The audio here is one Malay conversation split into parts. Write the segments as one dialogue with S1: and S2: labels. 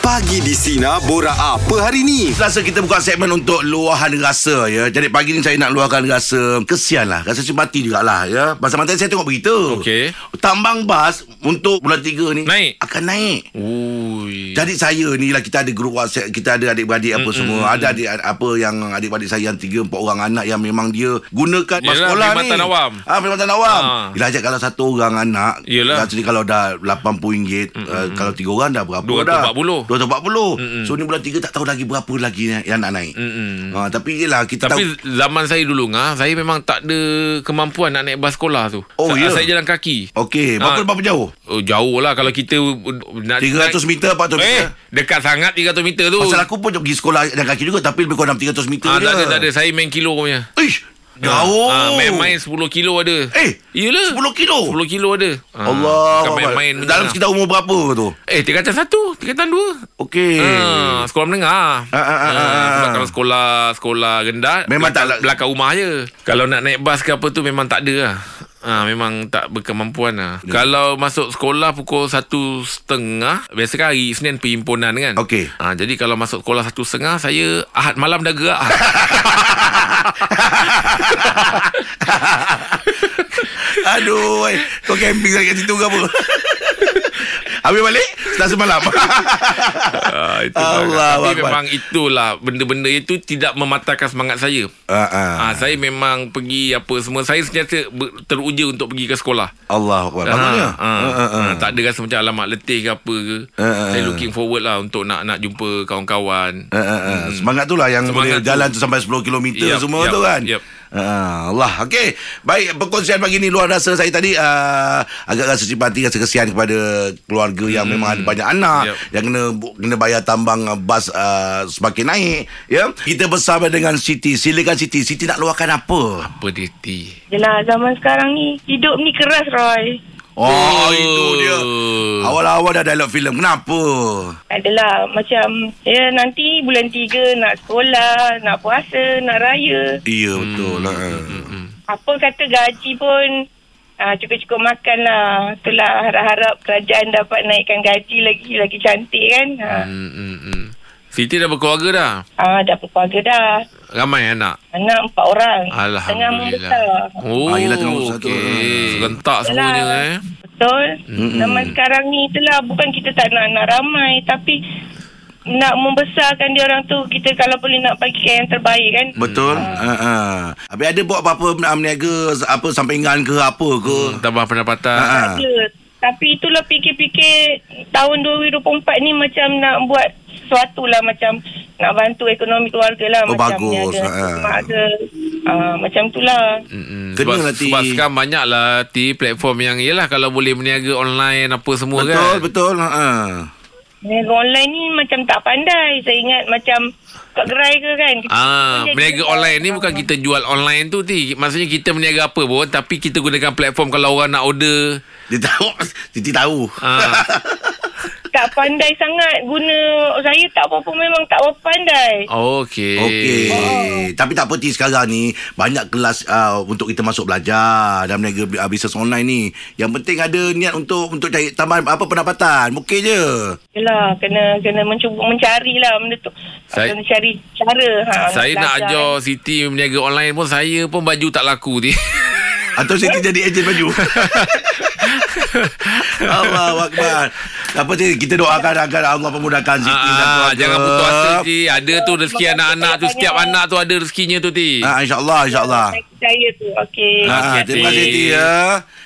S1: Pagi di Sina Bora apa hari ni?
S2: Selasa kita buka segmen untuk luahan rasa ya. Jadi pagi ni saya nak luahkan rasa kesian lah. Rasa simpati jugalah ya. Pasal mata saya tengok begitu.
S3: Okey.
S2: Tambang bas untuk bulan 3 ni.
S3: Naik.
S2: Akan naik.
S3: Ui.
S2: Jadi saya ni lah kita ada grup WhatsApp, kita ada adik-beradik apa semua. Ada adik apa yang adik-beradik saya yang 3 4 orang anak yang memang dia gunakan pas
S3: Yelah,
S2: sekolah ni.
S3: perkhidmatan awam.
S2: Ah perkhidmatan awam.
S3: Ah.
S2: Yelah ajak kalau satu orang anak,
S3: Yelah.
S2: Satu ni kalau dah RM80, uh, kalau tiga orang dah berapa dah?
S3: 240.
S2: 240. So ni bulan 3 tak tahu lagi berapa lagi yang- yang nak naik.
S3: Mm-mm.
S2: Ah, tapi yelah kita
S3: Tapi
S2: tahu
S3: zaman saya dulu ngah, saya memang tak ada kemampuan nak naik bas sekolah tu.
S2: Oh,
S3: saya,
S2: ya?
S3: saya jalan kaki.
S2: Okey, berapa
S3: Ah.
S2: berapa jauh?
S3: Oh, jauh lah kalau kita uh, nak
S2: 300 meter 400
S3: meter. Eh,
S2: meter.
S3: dekat sangat 300 meter tu.
S2: Pasal aku pun pergi sekolah dan kaki juga tapi lebih kurang 300 meter
S3: ah,
S2: je.
S3: tak ada, tak ada. Saya main kilo punya.
S2: Ish, jauh.
S3: Ah, main-main 10 kilo ada.
S2: Eh,
S3: Yelah.
S2: 10 kilo.
S3: 10 kilo ada. Ah,
S2: Allah.
S3: bukan
S2: Akbar. Ah.
S3: main-main.
S2: Dalam
S3: punya.
S2: sekitar umur berapa tu?
S3: Eh, tingkatan satu, tingkatan dua.
S2: Okey.
S3: Ah, sekolah menengah.
S2: Ah, ah, ah, ah.
S3: sebab kalau sekolah sekolah rendah
S2: Memang tak lah.
S3: belakang,
S2: la-
S3: belakang rumah je. Kalau nak naik bas ke apa tu memang tak ada lah. Ha, memang tak berkemampuan lah.
S2: Ya.
S3: Kalau masuk sekolah pukul satu setengah, biasa kan hari Senin perhimpunan kan?
S2: Okey.
S3: Ha, jadi kalau masuk sekolah satu setengah, saya ahad malam dah gerak. lah.
S2: Aduh, eh. kau camping kat situ ke apa? Habis balik Setelah semalam Ah,
S3: ha, itu
S2: Allah
S3: Tapi
S2: Akbar.
S3: memang itulah, benda-benda itu tidak mematahkan semangat saya.
S2: Ah, ah.
S3: Ha, saya memang pergi apa semua. Saya sentiasa ber- teruja untuk pergi ke sekolah.
S2: Allah Akbar Bagusnya
S3: Ha, ha,
S2: Ah, ah, ah.
S3: ha. Tak ada rasa macam alamak letih ke apa ke.
S2: Ha, ha,
S3: Saya
S2: ha.
S3: looking forward lah untuk nak nak jumpa kawan-kawan.
S2: Ah, ah, ah. Semangat tu lah yang
S3: Hmm. Semangat
S2: boleh
S3: tu.
S2: jalan tu sampai 10 km
S3: Yap,
S2: semua
S3: yap,
S2: tu kan.
S3: yap.
S2: Ah, Allah. Okey. Baik, perkongsian pagi ni luar rasa saya tadi uh, agak rasa simpati, rasa kesian kepada keluarga yang
S3: Hmm.
S2: memang ada banyak anak
S3: Yap.
S2: yang kena bu- kena bayar tambang ah, bas uh, semakin naik, ya. Kita bersama dengan Siti. Silakan Siti. Siti nak luahkan apa?
S3: Apa dia ti?
S4: Yelah zaman sekarang ni Hidup ni keras Roy
S2: Oh, itu dia. Awal-awal dah dialog filem. Kenapa?
S4: Adalah macam Ya nanti bulan tiga Nak sekolah Nak puasa Nak raya
S2: Iya, betul.
S3: Hmm,
S2: Ah.
S4: Apa kata gaji pun ah, Cukup-cukup makan lah Itulah harap-harap Kerajaan dapat naikkan gaji lagi Lagi cantik kan ha.
S3: Hmm, hmm, hmm. Siti dah berkeluarga dah.
S4: Ah, Dah berkeluarga dah
S3: Ramai anak.
S4: Anak empat orang Eh, Tengah
S3: Alhamdulillah.
S4: membesar
S3: Oh,
S2: Ah, yelah, tengah membesar tu. ha.
S3: okey. Serentak semuanya eh.
S4: Lah. Betul. Mm-hmm. Zaman sekarang ni itulah bukan kita tak nak nak ramai tapi nak membesarkan dia orang tu kita kalau boleh nak bagikan yang terbaik kan.
S2: Betul.
S3: Hmm.
S2: Ha ha. Habis ada buat apa-apa um, niaga apa sampingan ke apa ke?
S3: Tambah pendapatan.
S2: Ha ha.
S4: Ya. Tapi itulah fikir-fikir tahun 2024 ni macam nak buat sesuatu lah macam nak bantu ekonomi keluarga lah
S2: Oh,
S4: macam
S2: bagus.
S4: ni ada
S2: Ha.
S3: Ah.
S4: mak ada uh, macam tu lah
S2: Kena
S3: Mm-mm. Hmm, Sebab,
S2: lah, Ti.
S3: sebab sekarang banyak lah Ti platform yang Yelah kalau boleh berniaga online apa semua
S2: Betul
S3: kan
S2: betul. Ha ha.
S4: Berniaga online ni macam tak pandai saya ingat macam kat gerai ke kan Kita
S3: Ah,
S4: boleh
S3: berniaga
S4: jual.
S3: online ni bukan kita jual online tu ti. Maksudnya kita berniaga apa pun tapi kita gunakan platform kalau orang nak order.
S2: Dia tahu Siti tahu.
S3: Ah,
S4: tak pandai sangat guna saya tak apa-apa memang tak apa pandai.
S3: okey.
S2: Okey.
S3: Eh.
S2: Tapi tak apa Ti sekarang ni banyak kelas uh, untuk kita masuk belajar dalam niaga uh, bisnes online ni. Yang penting ada niat untuk untuk cari tambahan apa pendapatan. Mungkin je.
S4: Yalah kena kena mencuba mencarilah benda tu.
S3: Saya-
S4: kena cari cara ha.
S3: Saya nak ajar
S4: belajar.
S3: Siti berniaga online pun saya pun baju tak laku ti.
S2: Atau Siti jadi ejen baju. Allah Akbar. Apa Ti kita doakan agar Allah memudahkan Siti dan
S3: Ah, ah,
S2: keluarga.
S3: jangan putus asa ti. Ada tu rezeki anak-anak tu setiap anak tu ada rezekinya tu ti.
S2: Ah, InsyaAllah, insyaAllah.
S4: Saya percaya tu. Okey.
S2: Ah,
S3: Okey,
S2: terima kasih
S3: Ati.
S2: Ti ya.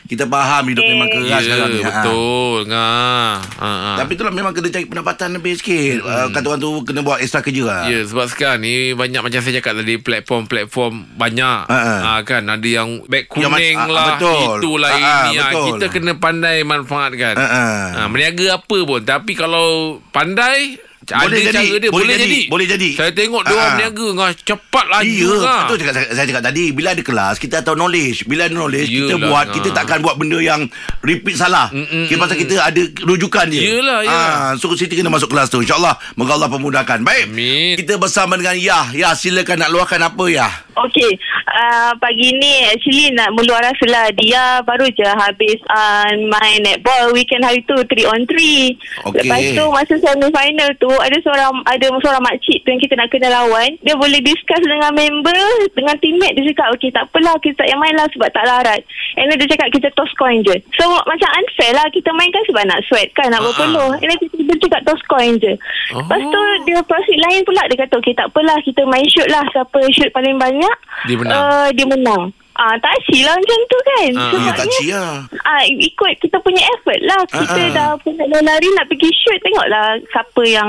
S2: Kita faham hidup
S4: Okey.
S2: memang keras
S3: Ya,
S2: sekarang ni. ah.
S3: betul. Ah. Ah, ah. Hmm.
S2: Tapi itulah memang kena cari pendapatan lebih sikit. Ah, kata orang tu kena buat extra kerja lah.
S3: Ya sebab sekarang ni banyak macam saya cakap tadi platform-platform banyak
S2: Ha, ha.
S3: ha, kan ada yang beg
S2: Yang ma-
S3: kuning
S2: ah,
S3: lah
S2: betul.
S3: itulah
S2: Ha, ha,
S3: ini ah.
S2: betul.
S3: kita kena pandai manfaatkan.
S2: Ha,
S3: Ha,
S2: ha.
S3: berniaga apa pun tapi kalau pandai
S2: Boleh jadi,
S3: ada cara dia
S2: boleh
S3: boleh
S2: jadi,
S3: jadi.
S2: boleh jadi.
S3: Saya tengok dia
S2: Ha,
S3: orang
S2: ha.
S3: berniaga ngah cepat laju
S2: Ya,
S3: ngah.
S2: betul cakap, saya, saya cakap tadi Bila ada kelas Kita tahu knowledge Bila ada knowledge Kita
S3: Yelah,
S2: buat
S3: ha.
S2: Kita takkan buat benda yang Repeat salah
S3: Mm, mm,
S2: Kita pasal kita ada rujukan dia
S3: Yelah,
S2: ha,
S3: yelah.
S2: So Siti kena masuk kelas tu InsyaAllah Moga Allah pemudahkan Baik
S3: Amin.
S2: Kita bersama dengan Yah Yah silakan nak luahkan apa Yah
S4: Okey, uh, pagi ni actually nak meluar rasa lah. Dia baru je habis uh, main netball weekend hari tu 3 on 3.
S2: Okey.
S4: Lepas tu masa semi final tu ada seorang ada seorang makcik tu yang kita nak kena lawan. Dia boleh discuss dengan member, dengan teammate dia cakap okey tak apalah kita tak payah main lah sebab tak larat. And then dia cakap kita toss coin je. So macam unfair lah kita main kan sebab nak sweat kan
S3: Ah,
S4: nak berpeluh.
S3: ah.
S4: And then tiba-tiba dia cakap toss coin je.
S3: Oh.
S4: Lepas tu dia profit lain pula dia kata okey tak apalah kita main shoot lah siapa shoot paling banyak
S3: Dia menang.
S4: uh, dia menang. Ah tak asyik lah macam tu kan.
S3: Ah,
S2: Ya,
S4: Sebabnya
S2: tak cia.
S4: ah ikut kita punya effort lah.
S2: Ah,
S4: Kita
S2: ah.
S4: dah pun dah lari nak pergi shoot tengoklah siapa yang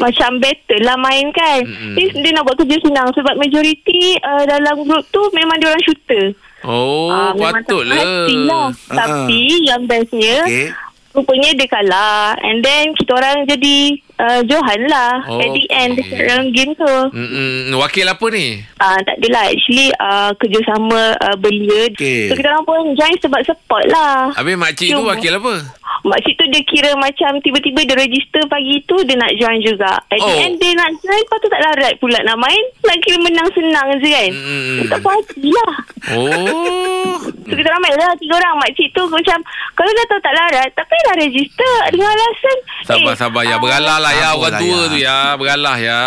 S4: macam better lah main kan.
S3: Mm-mm.
S4: Dia, dia nak buat kerja senang sebab majoriti uh, dalam grup tu memang dia orang shooter.
S3: Oh,
S4: Ah, memang tak
S3: patutlah.
S4: hati Lah.
S2: Ah,
S4: Tapi yang bestnya
S2: Okey.
S4: rupanya dia kalah and then kita orang jadi uh, Johan lah
S3: Oh,
S4: at the end
S3: okey.
S4: dalam game tu.
S3: Mm-mm, wakil apa ni?
S4: Ah tak adalah actually uh, kerjasama uh, belia.
S2: Okey.
S4: So kita orang pun join sebab support lah.
S3: Habis makcik tu
S4: Cuma-
S3: wakil apa?
S4: Makcik tu dia kira macam tiba-tiba dia register pagi tu dia nak join juga. At the
S3: Oh.
S4: end dia nak join lepas tu tak larat pula nak main. Nak kira menang senang je kan.
S3: Hmm.
S4: Dia tak puas hati lah.
S3: Oh.
S4: So kita ramai lah tiga orang makcik tu macam kalau dah tahu tak larat tapi dah register dengan alasan
S3: Sabar, sabar ya.
S4: ah,
S3: Beralah lah ya
S2: Sabar
S3: orang
S2: lah,
S3: tua
S2: Ya.
S3: tu ya. Beralah ya.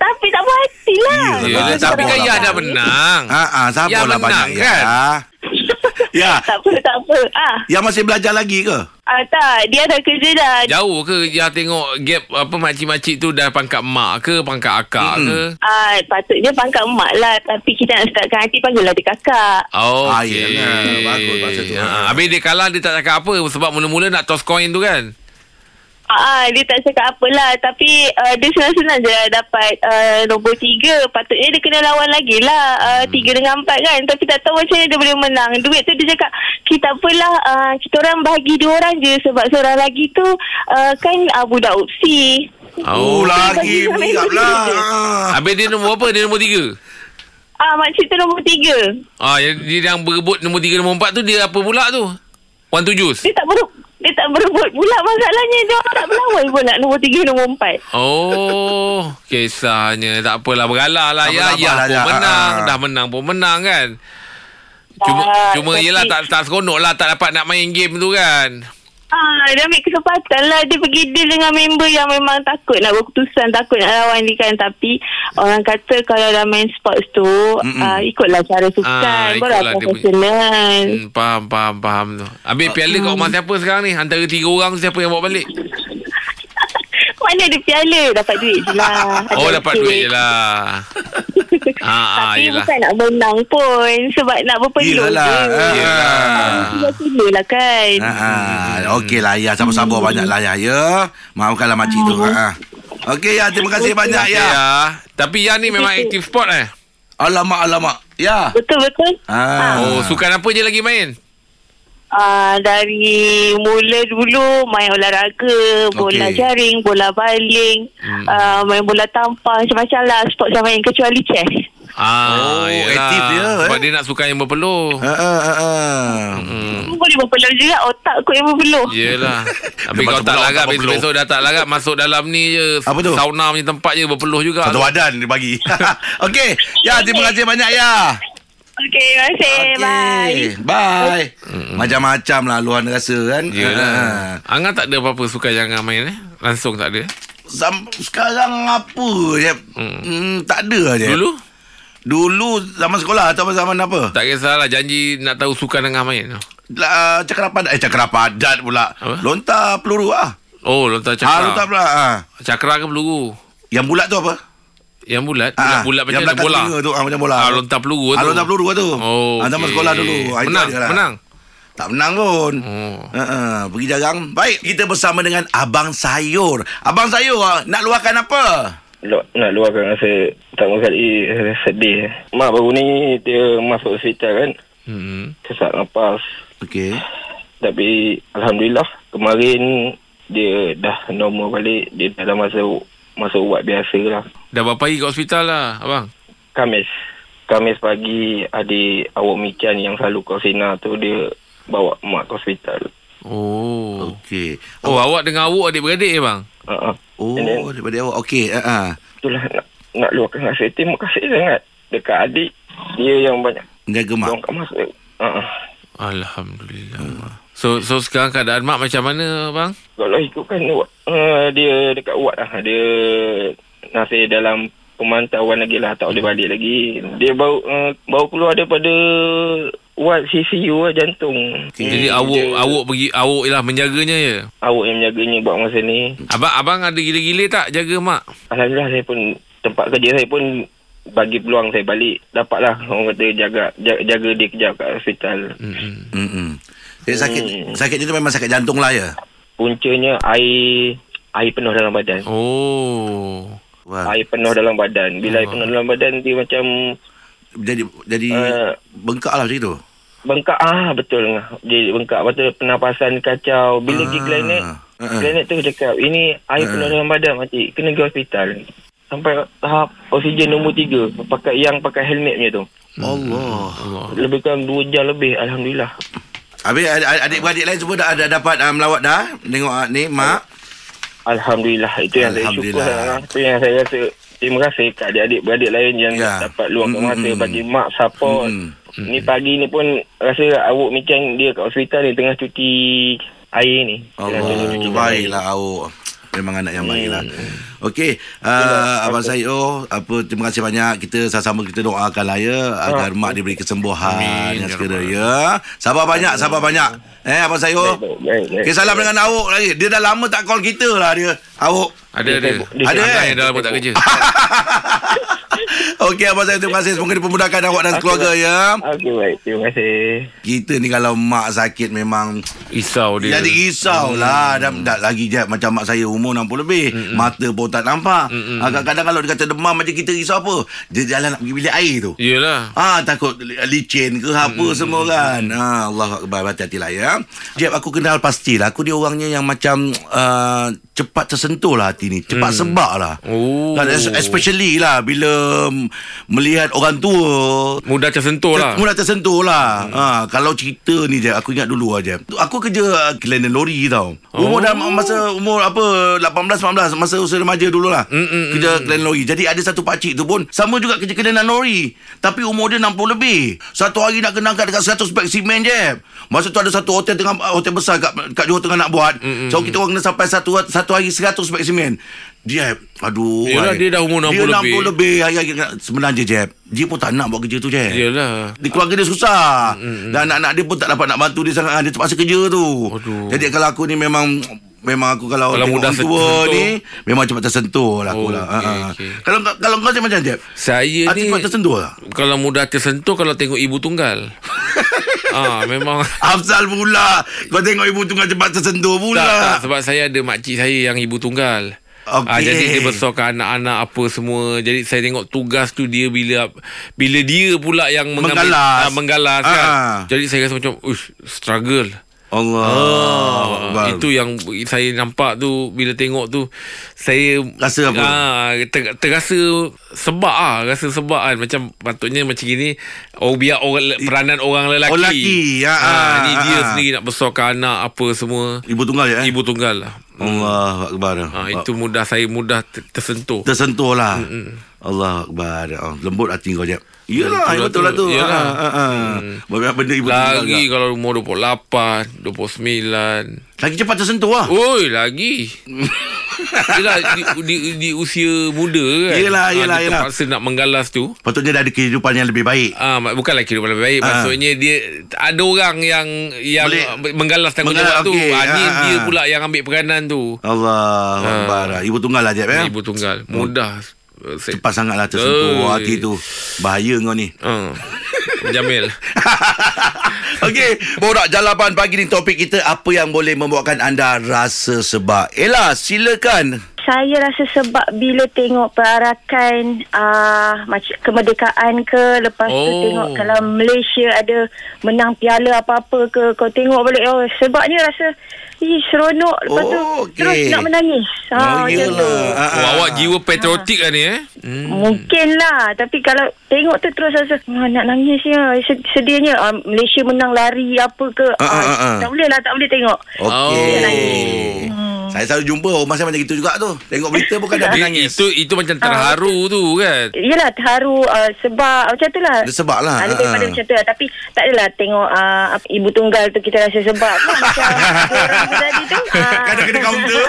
S4: Tapi tak puas hati lah.
S2: Yelah,
S3: Ya,
S2: Sabar
S3: tapi kan
S2: lah,
S3: ya dah
S2: Abang.
S3: menang.
S2: Ha ah,
S3: Yang
S2: sabarlah
S3: menang,
S2: banyak
S3: kan?
S2: ya. ya.
S4: Tak apa, tak apa. Ah,
S2: Yang masih belajar lagi ke?
S4: ah tak, dia dah kerja dah.
S3: Jauh ke ya tengok gap apa makcik-makcik tu dah pangkat mak ke, pangkat akak
S2: Mm-mm.
S3: ke?
S4: Ah, patutnya pangkat mak lah. Tapi kita nak sedapkan hati, panggillah dia kakak.
S3: Oh,
S2: Ah,
S3: okay.
S2: yelah. Bagus masa tu.
S3: Ah, habis dia kalah dia tak cakap apa sebab mula-mula nak toss coin tu kan.
S4: Ah, ah, dia tak cakap apalah tapi uh, dia senang-senang je dapat uh, nombor tiga. Patutnya dia kena lawan lagi lah
S2: Hmm.
S4: uh, tiga dengan empat kan. Tapi tak tahu macam mana dia boleh menang. Duit tu dia cakap kita apalah uh, kita orang bagi dua orang je sebab seorang lagi tu uh, kan uh, budak UPSI.
S2: Oh,
S3: Oh.
S2: lagi pihak lah. Ah.
S3: Habis dia nombor apa? Dia nombor tiga.
S4: Ah, makcik tu nombor tiga.
S3: Ah, yang- dia yang berebut nombor tiga, nombor empat tu dia apa pula tu? One to juice.
S4: Dia tak ber dia tak berebut pula masalahnya dia orang tak berlawan pula nombor tiga nombor empat.
S3: Oh, kisahnya tak apalah beralah lah
S2: Tak
S3: ya,
S2: apa, tak
S3: ya
S2: apa lah,
S3: pun
S2: ya.
S3: menang,
S2: Ah.
S3: dah menang pun menang kan. Cuma
S4: Ah,
S3: cuma
S4: tapi-
S3: yelah tak tak seronok lah tak dapat nak main game tu kan.
S4: Ah, dia ambil kesempatan lah dia pergi deal dengan member yang memang takut nak berkeputusan, takut nak lawan dia kan tapi
S3: Hmm.
S4: orang kata kalau dah main sports tu ah, ikutlah
S3: Ah,
S4: cara sukan,
S3: ikutlah
S4: baru
S3: dia punya.
S4: profesional.
S3: Hmm, faham faham faham tu. Habis piala kat rumah siapa sekarang ni? Antara tiga orang tu siapa yang bawa balik?
S4: Mana ada piala dapat duit je lah.
S3: Oh
S4: Ada
S3: dapat
S4: duit.
S3: duit je lah. ah, ah,
S4: Tapi
S3: yelah. lah.
S4: bukan nak menang pun sebab nak berpeluh
S2: Yelah.
S4: je.
S2: Ah.
S4: Ah, Pila lah kan.
S2: Ha ah. Okey lah ya, sabar-sabar banyaklah ya. Ya. Maafkanlah makcik tu. Ha. ah. Okey ya, terima kasih banyak
S3: Ya.
S2: ya.
S3: ya. Tapi yang ni memang aktif sport eh.
S2: Alamak alamak. Ya.
S4: Betul-betul.
S2: Ah.
S3: Oh, sukan apa je lagi main?
S4: Uh, dari mula dulu main olahraga, bola
S2: Okey.
S4: jaring, bola baling, hmm. uh, main bola tampar, macam-macam lah sport saya main kecuali chess.
S3: Ah,
S2: Oh,
S3: yelah.
S2: aktif dia, eh.
S3: Sebab dia nak sukan yang berpeluh.
S2: Ha ah ah, ah.
S3: Hmm.
S4: Hmm. Boleh berpeluh juga, otak kot yang berpeluh.
S2: Ya.
S3: Yelah Habis
S2: Lepas
S3: kau
S2: tu
S3: tak
S2: pula
S3: larat
S2: otak berpeluh.
S3: Besok-besok dah tak larat Masuk dalam ni je
S2: Apa tu?
S3: Sauna punya tempat je Berpeluh juga
S2: Satu badan dia bagi. Okey. Ya, terima kasih banyak ya.
S4: Okay, terima kasih.
S2: Okey.
S4: Bye.
S2: Bye. Macam-macam lah luahan rasa kan.
S3: Yelah
S2: Ah.
S3: Angah tak ada apa-apa Sukan yang Angah main eh Langsung tak ada eh?
S2: Sam- sekarang apa je? Hmm. tak ada je.
S3: Dulu
S2: Dulu zaman sekolah atau zaman apa?
S3: Tak kisahlah Janji nak tahu sukan Angah main tu.
S2: La, cakera padat. Eh, cakera padat pula.
S3: Apa?
S2: Lontar peluru ah.
S3: Oh lontar
S2: Cakera. Ah,
S3: cakra
S2: lontar pula. Ah.
S3: Cakra ke peluru
S2: Yang bulat tu apa?
S3: Yang bulat
S2: Ah,
S3: Bulat, bulat macam
S2: yang
S3: ada
S2: belakang
S3: bola
S2: telinga Tu, ah, macam bola.
S3: Ah, lontar peluru
S2: Ah,
S3: tu.
S2: lontar peluru tu.
S3: Oh,
S2: ah, zaman
S3: okey.
S2: sekolah dulu. Ah, itu
S3: Menang,
S2: ada lah.
S3: menang.
S2: Tak menang pun.
S3: Oh.
S2: Uh-uh, pergi jarang. Baik, kita bersama dengan Abang Sayur. Abang Sayur, ah, nak luahkan apa?
S5: Lu- nak luahkan rasa pertama kali eh, sedih. Mak baru ni dia masuk hospital kan.
S3: hmm.
S5: Sesak nafas.
S2: Okey.
S5: Tapi Alhamdulillah kemarin dia dah normal balik. Dia dalam masa masa ubat biasa lah.
S3: Dah berapa hari kat hospital lah Abang
S5: Kamis. Kamis pagi adik awak Mikian yang selalu kau sena tu dia bawa mak ke hospital.
S3: Oh
S2: Okey.
S3: Oh awak dengan awak adik-beradik eh bang
S5: Uh-huh.
S2: Oh,
S5: And then,
S2: daripada awak. Okey, uh-uh.
S5: itulah nak, nak luahkan rasa terima kasih sangat dekat adik Dia yang banyak
S2: Menjaga mak.
S5: dongkak masuk. Uh,
S3: Alhamdulillah. So so sekarang keadaan mak macam mana bang?
S5: kalau ikutkan uh, dia dekat Wat lah. Dia masih dalam pemantauan lagi lah. Tak boleh balik lagi. Dia baru uh, baru keluar daripada Wat CCU lah jantung.
S3: Hmm, Jadi awuk
S5: dia-
S3: awuk pergi awuk ialah menjaganya ya.
S5: Awak yang menjaganya buat masa ni.
S3: Abang abang ada gila-gila tak jaga mak?
S5: Alhamdulillah saya pun tempat kerja saya pun bagi peluang saya balik. Dapatlah orang kata jaga jaga, jaga dia kejap kat hospital.
S3: Hmm.
S2: Mm-mm. Jadi sakit
S5: Hmm.
S2: sakit dia tu memang sakit jantung lah ya.
S5: Puncanya air air penuh dalam badan.
S3: Oh.
S2: Wah.
S5: Air penuh dalam badan. Bila air
S3: Ah.
S5: penuh dalam badan dia macam
S2: Jadi jadi
S5: Eh.
S2: bengkak lah macam tu.
S5: bengkak ah betul dia bengkak betul pernafasan kacau bila pergi
S2: Ah.
S5: klinik
S2: Ah.
S5: klinik tu cakap ini air
S2: Ah.
S5: penuh dalam badan makcik kena pergi hospital sampai tahap oksigen nombor tiga pakai yang pakai helmetnya tu
S2: Allah.
S3: Allah.
S5: lebih kurang 2 jam lebih alhamdulillah
S2: Habis ad- ad- adik-beradik lain semua dah, dah dapat uh, melawat dah. Tengok uh, ni mak.
S5: Alhamdulillah itu yang saya syukur
S2: Alhamdulillah.
S5: dan itu yang saya rasa terima kasih kat adik-adik beradik lain yang
S2: Ya.
S5: ya. dapat luangkan
S2: Mm,
S5: masa
S2: mm,
S5: bagi mak support.
S2: Mm,
S5: Ni pagi ni pun rasa awak micang dia kat hospital ni tengah cuti air ni. Tengah cuti-
S2: Allah. lah.
S5: cuti air.
S2: Baiklah awak. Memang anak yang baik lah. Okey, uh,
S5: Hmm. Itulah,
S2: Abang
S5: apa-
S2: Syed oh, apa terima kasih banyak. Kita sama-sama kita doakan lah ya
S5: Ah.
S2: agar mak diberi kesembuhan
S3: Amin,
S2: yang
S3: ya
S2: segera ya. Sabar banyak, sabar banyak. Eh Abang Syed oh.
S5: Baik, baik, baik, baik.
S2: Okay, salam dengan Awok lagi. Dia dah lama tak call kita lah dia. Awok.
S3: Ada
S5: Dia
S3: ada.
S5: sibuk, dia
S3: Ada
S2: sibuk.
S3: kan yang dah lama tak kerja.
S2: Okey Abang Syed terima kasih. Semoga dipermudahkan awak dan
S5: Okey,
S2: keluarga
S5: baik.
S2: ya.
S5: Okey baik. Terima kasih.
S2: Kita ni kalau mak sakit memang
S3: Risau dia.
S2: Jadi risau lah hmm. dah, dah lagi je Macam mak saya umur 60 lebih Mm-mm. Mata pun tak nampak Mm-mm. Kadang-kadang kalau dia kata demam Macam kita risau apa Dia jalan nak pergi bilik air tu
S3: Yelah.
S2: Ah takut li- licin ke apa mm semua kan. Ah Allah akbar hati-hati lah ya. Jeb aku kenal pastilah. Aku dia orangnya yang macam uh, cepat tersentuh lah hati ni. Cepat sebak lah.
S3: Oh.
S2: Kan, es- especially lah bila mm, melihat orang tua
S3: Mudah tersentuh lah.
S2: Mudah tersentuh lah hmm. ha, Kalau cerita ni je Aku ingat dulu aja. Aku kerja uh, Kelainan lori tau Umur oh. dah Masa umur apa 18-19 Masa usia remaja dulu lah
S3: Mm, mm,
S2: Kerja kelainan lori Jadi ada satu pakcik tu pun Sama juga kerja kelainan lori Tapi umur dia 60 lebih Satu hari nak kena angkat Dekat 100 beg simen je Masa tu ada satu hotel tengah ah, Hotel besar kat, kat Johor Tengah nak buat mm, So kita orang kena sampai Satu, satu hari 100 beg simen Jeb Aduh hai.
S3: Yelah, dia dah umur 60
S2: Dia 60
S3: lebih.
S2: lebih lebih hari-hari kena- sebenarnya Jeb dia pun tak nak buat kerja tu Jeb
S3: Yelah.
S2: di keluarga dia susah
S3: Mm,
S2: mm-hmm. dan anak-anak dia pun tak dapat nak bantu dia sangat dia terpaksa kerja tu
S3: Aduh.
S2: jadi kalau aku ni memang memang aku kalau,
S3: Kalau
S2: tengok
S3: mudah
S2: orang tua
S3: tersentuh.
S2: ni memang cepat tersentuh lah aku
S3: Oh,
S2: lah
S3: okey,
S2: Ha, ha.
S3: okey.
S2: kalau kalau kau macam macam Jeb
S3: Saya
S2: hati
S3: ni
S2: cepat tersentuh lah
S3: kalau mudah tersentuh kalau tengok ibu tunggal. ah memang
S2: Afzal pula Kau tengok ibu tunggal cepat tersentuh pula
S3: Tak, tak sebab saya ada makcik saya yang ibu tunggal.
S2: Okey.
S3: Okay. Ah, jadi dia besarkan anak-anak apa semua. Jadi saya tengok tugas tu dia bila bila dia pula yang mengambil
S2: Menggalas.
S3: ah, menggalas kan.
S2: Ah.
S3: Jadi saya rasa macam ush struggle.
S2: Allah Akbar.
S3: Ah, itu yang saya nampak tu bila tengok tu saya
S2: Rasa apa?
S3: Ah, ter, terasa sebab ah, rasa sebab kan macam patutnya macam gini oh biar orang peranan orang lelaki.
S2: Orang lelaki, ah, ah,
S3: ni dia
S2: ah.
S3: sendiri nak besarkan anak apa semua.
S2: ibu tunggal ya eh?
S3: Ibu tunggal lah.
S2: Allah Akbar
S3: Ha, itu Mm, mudah saya mudah ter- tersentuh.
S2: tersentuh lah Allah Akbar oh, lembut hati kau Jeb Yelah
S3: Betul lah
S2: betul lah
S3: tu.
S2: tu
S3: Yelah.
S2: Ha, ha, ha. Banyak benda ibu tunggal
S3: Lagi
S2: juga.
S3: kalau umur 28, 29.
S2: Lagi cepat tersentuh lah
S3: Oi, lagi. Yelah, di, di, di usia muda kan.
S2: Yelah,
S3: Ah,
S2: yelah,
S3: dia
S2: yelah.
S3: terpaksa nak menggalas tu.
S2: Patutnya dah ada kehidupan yang lebih baik
S3: Ah, mak- bukanlah kira lebih baik.
S2: Ah.
S3: Maksudnya dia ada orang yang yang
S2: Boleh-
S3: Boleh. menggalas
S2: Menggalas,
S3: tanggungjawab tu.
S2: okey.
S3: Ah, ni
S2: Ah,
S3: dia
S2: ah.
S3: pula yang ambil peranan tu.
S2: Allah
S3: Ha.
S2: Akbar Ibu tunggal lah Jeb eh?
S3: Ibu tunggal. Mudah. Eh, saya-
S2: Cepat sangatlah tersentuh
S3: Oi.
S2: hati tu Bahaya kau ni
S3: Ah. Jamil.
S2: Okey, borak jalapan pagi ni topik kita apa yang boleh membuatkan anda rasa sebab. Ella, silakan.
S6: Saya rasa sebab bila tengok perarakan uh, macam kemerdekaan ke lepas oh. tu
S3: Oh.
S6: tengok kalau Malaysia ada menang piala apa-apa ke kau tengok balik oh sebabnya rasa
S4: Ih, seronok. Lepas tu
S2: Oh, okey.
S4: terus nak menangis.
S2: Oh,
S4: macam tu.
S2: iyalah. Ah, ah.
S3: Wah, awak jiwa patriotik lah ni eh.
S2: Hmm.
S4: Mungkin lah. Tapi kalau tengok tu terus rasa, ah, nak nangis ya. Sed- Sedihnya. Ah, Malaysia menang lari apa ke.
S2: Ah, ah, ah, ah.
S4: Tak boleh lah, tak boleh tengok. Oh, ya.
S2: Okey. Hmm. Saya selalu jumpa orang masa macam itu juga tu. Tengok berita bukan dah
S3: Dia,
S2: menangis.
S3: itu itu macam terharu tu kan.
S4: Yelah terharu uh, sebab macam tu lah.
S2: Dia sebab lah.
S4: Ah, lebih
S2: Ah.
S4: pada macam tu lah. Tapi tak adalah tengok uh, ibu tunggal tu kita rasa sebab. Kan? Macam dua orang tu tadi tu. ah.
S2: Kadang kena counter.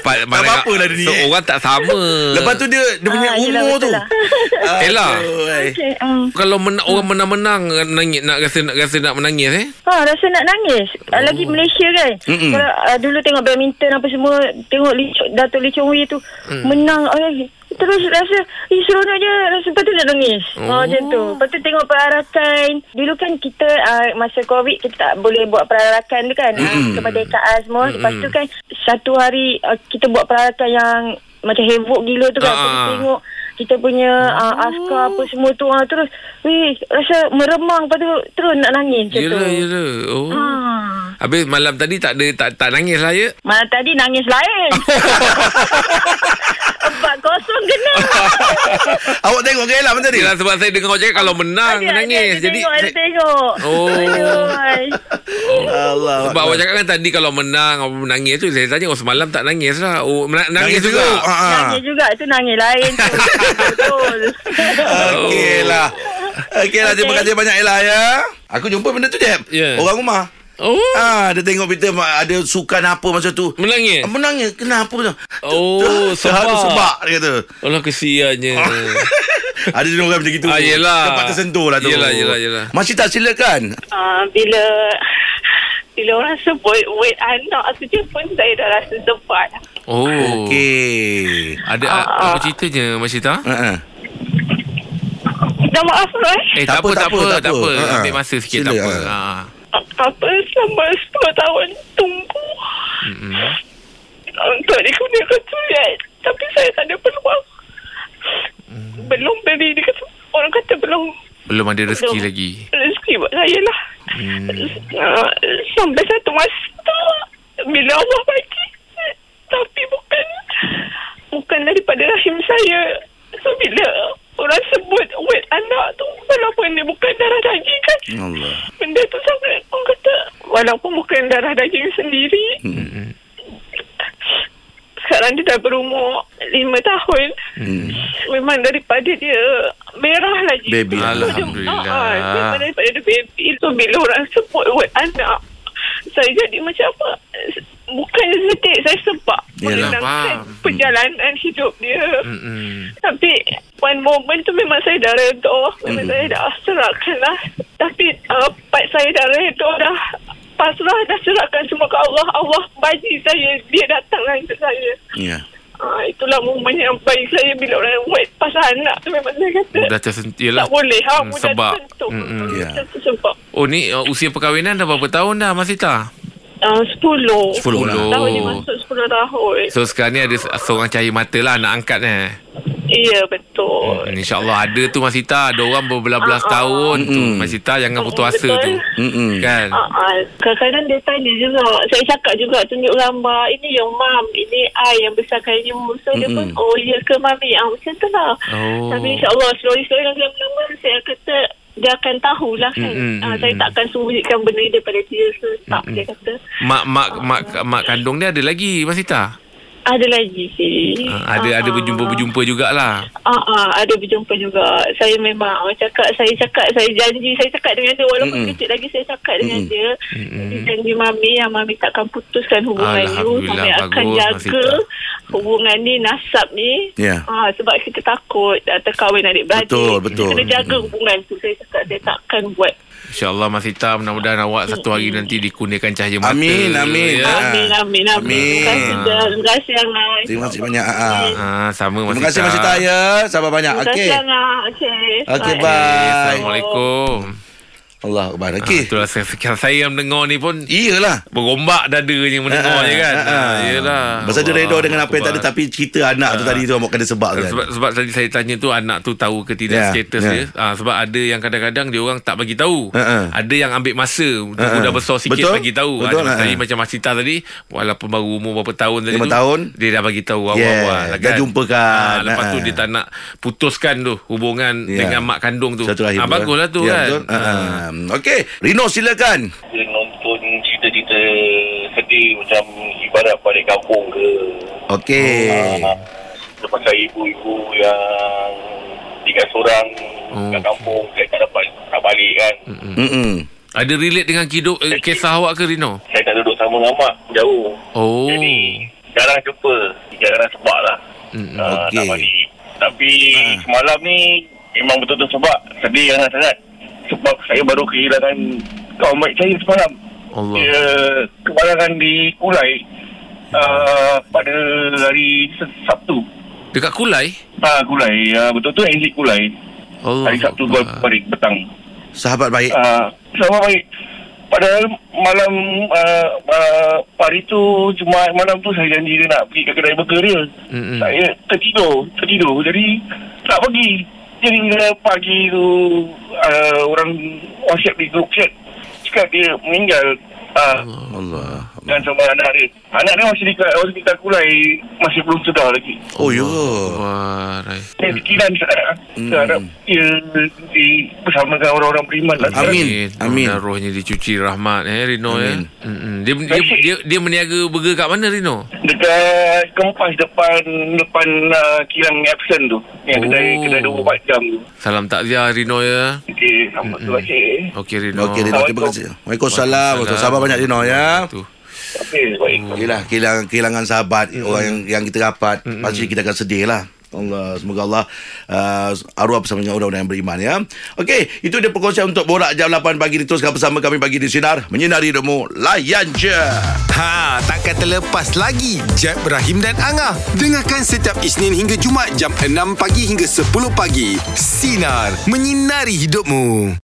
S3: Pa-
S2: Tak apa-apalah dia ni, eh.
S3: Seorang tak sama.
S2: Lepas tu dia dia punya
S4: Ah, yelah,
S2: umur
S4: betul
S2: tu.
S4: lah.
S3: Ella.
S2: Aduh, eh.
S4: Okey, um,
S3: kalau men- orang menang-menang nangis nak rasa nak rasa nak menangis eh.
S4: Ha, rasa nak nangis. Oh. Lagi Malaysia kan.
S2: Mm-mm.
S4: Kalau uh, dulu tengok badminton apa semua, tengok Lee, Cho- Dato' Lee Chong Wei tu mm. menang. Ay, terus rasa, eh seronoknya. Rasa lepas tu nak nangis. Oh. Ha, macam tu. Lepas tu tengok perarakan. Dulu kan kita uh, masa COVID, kita tak boleh buat perarakan tu kan. Mm. Kemerdekaan semua. Lepas tu kan, satu hari uh, kita buat perarakan yang macam heboh gila tu kan.
S3: Ah.
S4: Kita tengok kita punya uh, askar apa semua tu uh, terus weh rasa meremang lepas tu terus nak nangis macam
S3: Yelah,
S4: tu
S3: yelah. Oh.
S4: Ah.
S3: Habis malam tadi tak ada tak tak nangis lah ya.
S4: Malam tadi nangis lain. Empat kosong kena.
S2: Awak tengok ke Ella macam tadi?
S3: Yelah sebab saya dengar awak cakap kalau menang
S4: Ada, ada,
S3: menangis.
S4: ada
S3: Ah, Jadi
S4: tengok, ada
S3: saya-
S4: tengok.
S3: Oh.
S4: Aduh.
S2: Allah.
S3: sebab awak cakap kan tadi kalau menang awak menangis tu saya tanya oh semalam tak nangis lah. Oh menang, nangis, juga.
S2: Ha, ha.
S4: Nangis juga tu nangis lain tu. Betul.
S2: Okey lah. Okey lah, terima
S4: Okey.
S2: kasih banyak Ella ya. Aku jumpa benda tu Jeb.
S3: Ya.
S2: Orang rumah.
S3: Oh.
S2: Ah, dia tengok berita ma- ada sukan apa masa tu.
S3: Menangis.
S2: Menangis. Kenapa tu?
S3: Ya. Oh,
S2: Terharu
S3: sebab.
S2: sebab dia kata.
S3: Allah kesiannya.
S2: Ada dia orang macam gitu.
S3: Ah, yelah.
S2: Tempat tersentuh lah tu.
S3: Yelah, yelah, yelah.
S2: Masih tak silakan.
S7: uh, bila bila orang sebut wait anak saja pun saya dah rasa sebat.
S3: Oh. Okey.
S2: Okey.
S3: Ada a- apa ceritanya Masita?
S2: Uh-uh.
S7: Minta maaf Roy.
S3: Eh
S2: Tak
S3: tak,
S2: apa,
S3: apa tak apa tak apa. Tak apa.
S2: Ha, ha.
S3: Ambil masa sikit
S2: Sila,
S3: tak apa.
S2: ha.
S3: Ha.
S7: Apa selama 10 tahun tunggu
S3: Mm-mm.
S7: untuk digunakan surat kan? tapi saya tak ada peluang. Belum beri dia kata, orang kata belum
S3: Belum ada rezeki
S7: Betul.
S3: lagi.
S7: rezeki buat saya lah.
S3: Hmm.
S7: Uh, sampai satu masa tu bila Allah bagi tapi bukan bukan daripada rahim saya so bila orang sebut wet anak tu walaupun dia bukan darah daging kan
S2: Allah.
S7: benda tu sangat orang kata walaupun bukan darah daging sendiri
S2: Hmm.
S7: sekarang dia dah berumur lima tahun
S2: Hmm.
S7: memang daripada dia merah lagi
S2: Baby.
S3: Alhamdulillah.
S7: Ah, ah, memang daripada dia baby so bila orang support word anak saya jadi macam apa bukannya sedih saya sebab
S2: Yalah,
S7: mengenangkan
S3: faham. Mm.
S7: perjalanan hidup dia
S3: Mm-mm.
S7: tapi one moment tu memang saya dah reda memang
S3: Hmm.
S2: Mm.
S7: saya dah serahkan lah tapi uh, part saya dah reda dah pasrah dah serahkan semua ke Allah Allah bagi saya dia datanglah untuk saya
S2: Ya.
S7: Ah, itulah momen yang baik saya bila orang buat pasal anak tu memang saya kata
S3: Mudah tersentuh Yelah
S7: tak boleh ha,
S3: Hmm,
S7: mudah
S3: sebab.
S7: tersentuh.
S3: Mm-mm.
S2: Ya.
S7: Macam tu sebab
S3: Oh ni uh, usia perkahwinan dah berapa tahun dah Masita?
S7: uh, 10
S2: Sepuluh lah.
S7: tahun ni masuk 10 tahun
S3: So sekarang ni ada se- seorang cahaya mata lah anak angkat eh.
S7: iya betul
S3: Hmm, InsyaAllah ada tu Masita. Ada orang berbelas-belas
S7: Ah, ah.
S3: tahun tu.
S2: Mm-mm.
S3: Masita jangan
S7: Mm-mm,
S3: putus asa
S7: betul.
S3: tu.
S2: Hmm.
S3: Kan?
S7: Ah, ah. Kadang-kadang dia tanya juga Saya cakap juga Tunjuk gambar Ini yang mam Ini I yang besarkan you So dia pun
S2: Mm-mm.
S7: Oh ya ke mami ah, Macam tu lah
S3: Oh.
S7: Tapi insyaAllah Slowly-slowly lama-lama Saya kata Dia akan tahulah kan
S3: Mm-mm,
S7: Ah, Saya
S3: mm-mm.
S7: tak akan sembunyikan benda ni Daripada dia So tak dia kata
S3: Mak mak mak mak kandung dia ada lagi Masita.
S7: Ada lagi sih
S3: Uh, ada ada berjumpa-berjumpa jugalah.
S7: Ah, ah, ada berjumpa juga. Saya memang awak cakap, saya cakap, saya janji, saya cakap dengan dia walaupun
S2: Mm-mm.
S7: mm kecil lagi saya cakap dengan
S2: Mm-mm.
S7: dia.
S3: Mm-mm.
S7: Dia janji mami yang mami takkan putuskan hubungan you.
S3: Alhamdulillah,
S7: Mami akan
S3: bagus,
S7: jaga
S3: Masita.
S7: hubungan ni, nasab ni.
S2: Ya.
S7: Ah, sebab kita takut uh, terkahwin adik-beradik.
S2: Betul,
S7: Kita
S2: betul.
S7: Kena jaga hubungan tu. Saya cakap saya takkan buat.
S3: InsyaAllah Masita mudah-mudahan awak satu hari nanti dikurniakan cahaya mata. Ya.
S2: Amin, amin. Ah.
S7: Amin, amin, amin. Terima kasih.
S3: Amin.
S7: Dah. Terima kasih, Angah.
S2: Terima kasih banyak. Ah.
S3: Ah, sama Masita.
S2: Terima kasih Masih Taya. Sabar banyak.
S7: Terima
S2: Okey.
S7: kasih, Angah. Okay.
S2: Okey,
S3: Okay,
S2: bye.
S3: Assalamualaikum.
S2: Allah Akbar.
S3: Okay.
S2: Okey.
S3: Ha, itulah saya, saya yang mendengar ni pun
S2: Iyalah.
S3: Berombak dadanya mendengar je kan. Ha, yelah.
S2: Masa tu redor dengan apa yang tak ada
S3: Akbar. Ah.
S2: tapi cerita anak tu tadi tu amat kena sebab kan.
S3: sebab sebab tadi saya tanya tu anak tu tahu ke tidak
S2: Ya,
S3: yeah, status
S2: ya.
S3: yeah. dia ha, sebab ada yang kadang-kadang dia orang tak bagi tahu
S2: Ha, ha.
S3: ada yang ambil masa uh-uh.
S2: Ha, ha.
S3: dah besar sikit
S2: Betul.
S3: bagi tahu
S2: Betul,
S3: ada,
S2: ha,
S3: tadi
S2: ha.
S3: macam Masita tadi walaupun baru umur berapa tahun tadi
S2: Lima
S3: tu
S2: tahun.
S3: dia dah bagi tahu awal-awal
S2: Yeah,
S3: lah
S2: dah jumpakan.
S3: ha, lepas
S2: Ha,
S3: tu
S2: ha.
S3: dia tak nak putuskan tu hubungan
S2: Ya.
S3: yeah. dengan mak kandung tu
S2: Satu lahir.
S3: ha, baguslah tu kan
S2: Ha. Okey, Rino silakan.
S8: nonton cerita-cerita sedih macam ibarat balik kampung ke.
S2: Okey.
S8: Ah, terpaksa ibu-ibu yang tinggal seorang
S3: Oh.
S8: oh. kat kampung saya tak dapat tak balik kan.
S3: Mm-mm.
S2: Hmm.
S3: ada relate dengan hidup eh, kisah awak ke Rino
S8: Saya tak duduk sama dengan mak jauh.
S3: oh
S8: Jadi jarang jumpa, jarang sebab lah.
S3: Mm-mm.
S8: Ah,
S2: okey.
S8: tak balik. Tapi
S3: Ah.
S8: semalam ni memang betul-betul sebab sedih sangat-sangat. Sebab saya baru kehilangan kawan baik saya semalam.
S3: Allah
S8: Dia kemalangan di Kulai uh, pada hari Se- Sabtu.
S3: dekat Kulai
S8: Ah Kulai, uh, betul-betul exit Kulai.
S3: Allah
S8: Hari Sabtu gol balik petang.
S2: Sahabat baik.
S8: Ah sama baik. Padahal malam uh, uh, hari tu Jumaat malam tu saya janji dia nak pergi ke kedai burger dia.
S3: Mm-mm.
S8: Saya tertidur, tertidur. Jadi tak pergi. Jadi bila pagi tu uh, orang WhatsApp di group chat cakap dia meninggal. Ah
S2: Oh. Allah.
S8: dan sama anak dia. Anak dia masih dekat hospital Kulai masih belum sedar lagi.
S2: Oh ya.
S3: Warai.
S8: Saya fikiran saya saya harap dia di bersama dengan orang-orang beriman lah.
S2: Amin. Amin.
S3: Dan rohnya dicuci rahmat eh Rino
S2: Amin.
S3: eh. Mm-mm. Dia, dia dia dia meniaga burger kat mana Rino?
S8: Dekat kempas depan depan uh, kilang Epson tu. Ya, kedai
S3: Oh.
S8: kedai 24 jam tu.
S3: Salam takziah Rino ya.
S8: Okey, selamat tu asyik.
S3: Okey Rino.
S2: Okey, Rino terima kasih. Waalaikumsalam. Sahabat banyak Rino ya.
S3: Tu.
S8: Okey, baik.
S2: Yelah kehilangan kehilangan sahabat mm. orang yang yang kita rapat mm. pasti kita akan sedih lah. Allah semoga Allah uh, arwah bersama dengan orang-orang yang beriman ya. Okey, itu dia perkongsian untuk borak jam 8 pagi diteruskan bersama kami pagi di sinar menyinari hidupmu layan je.
S1: Ha, takkan terlepas lagi Jeb, Ibrahim dan Angah. Dengarkan setiap Isnin hingga Jumaat jam 6 pagi hingga 10 pagi. Sinar, menyinari hidupmu.